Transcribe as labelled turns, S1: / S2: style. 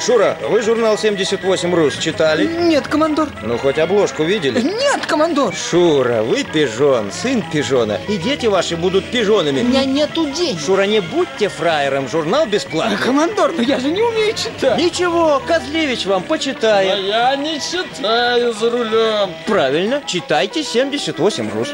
S1: Шура, вы журнал 78 РУС читали?
S2: Нет, командор.
S1: Ну, хоть обложку видели?
S2: Нет, командор.
S1: Шура, вы пижон, сын пижона. И дети ваши будут
S2: У
S1: пижонами.
S2: меня нету денег.
S1: Шура, не будьте фраером, журнал
S2: А,
S1: бесплатный.
S2: командор, ну я же не умею читать.
S1: Ничего, Козлевич вам
S3: А
S1: почитает.
S3: я не читаю за рулем.
S1: Правильно, читайте 78 РУС.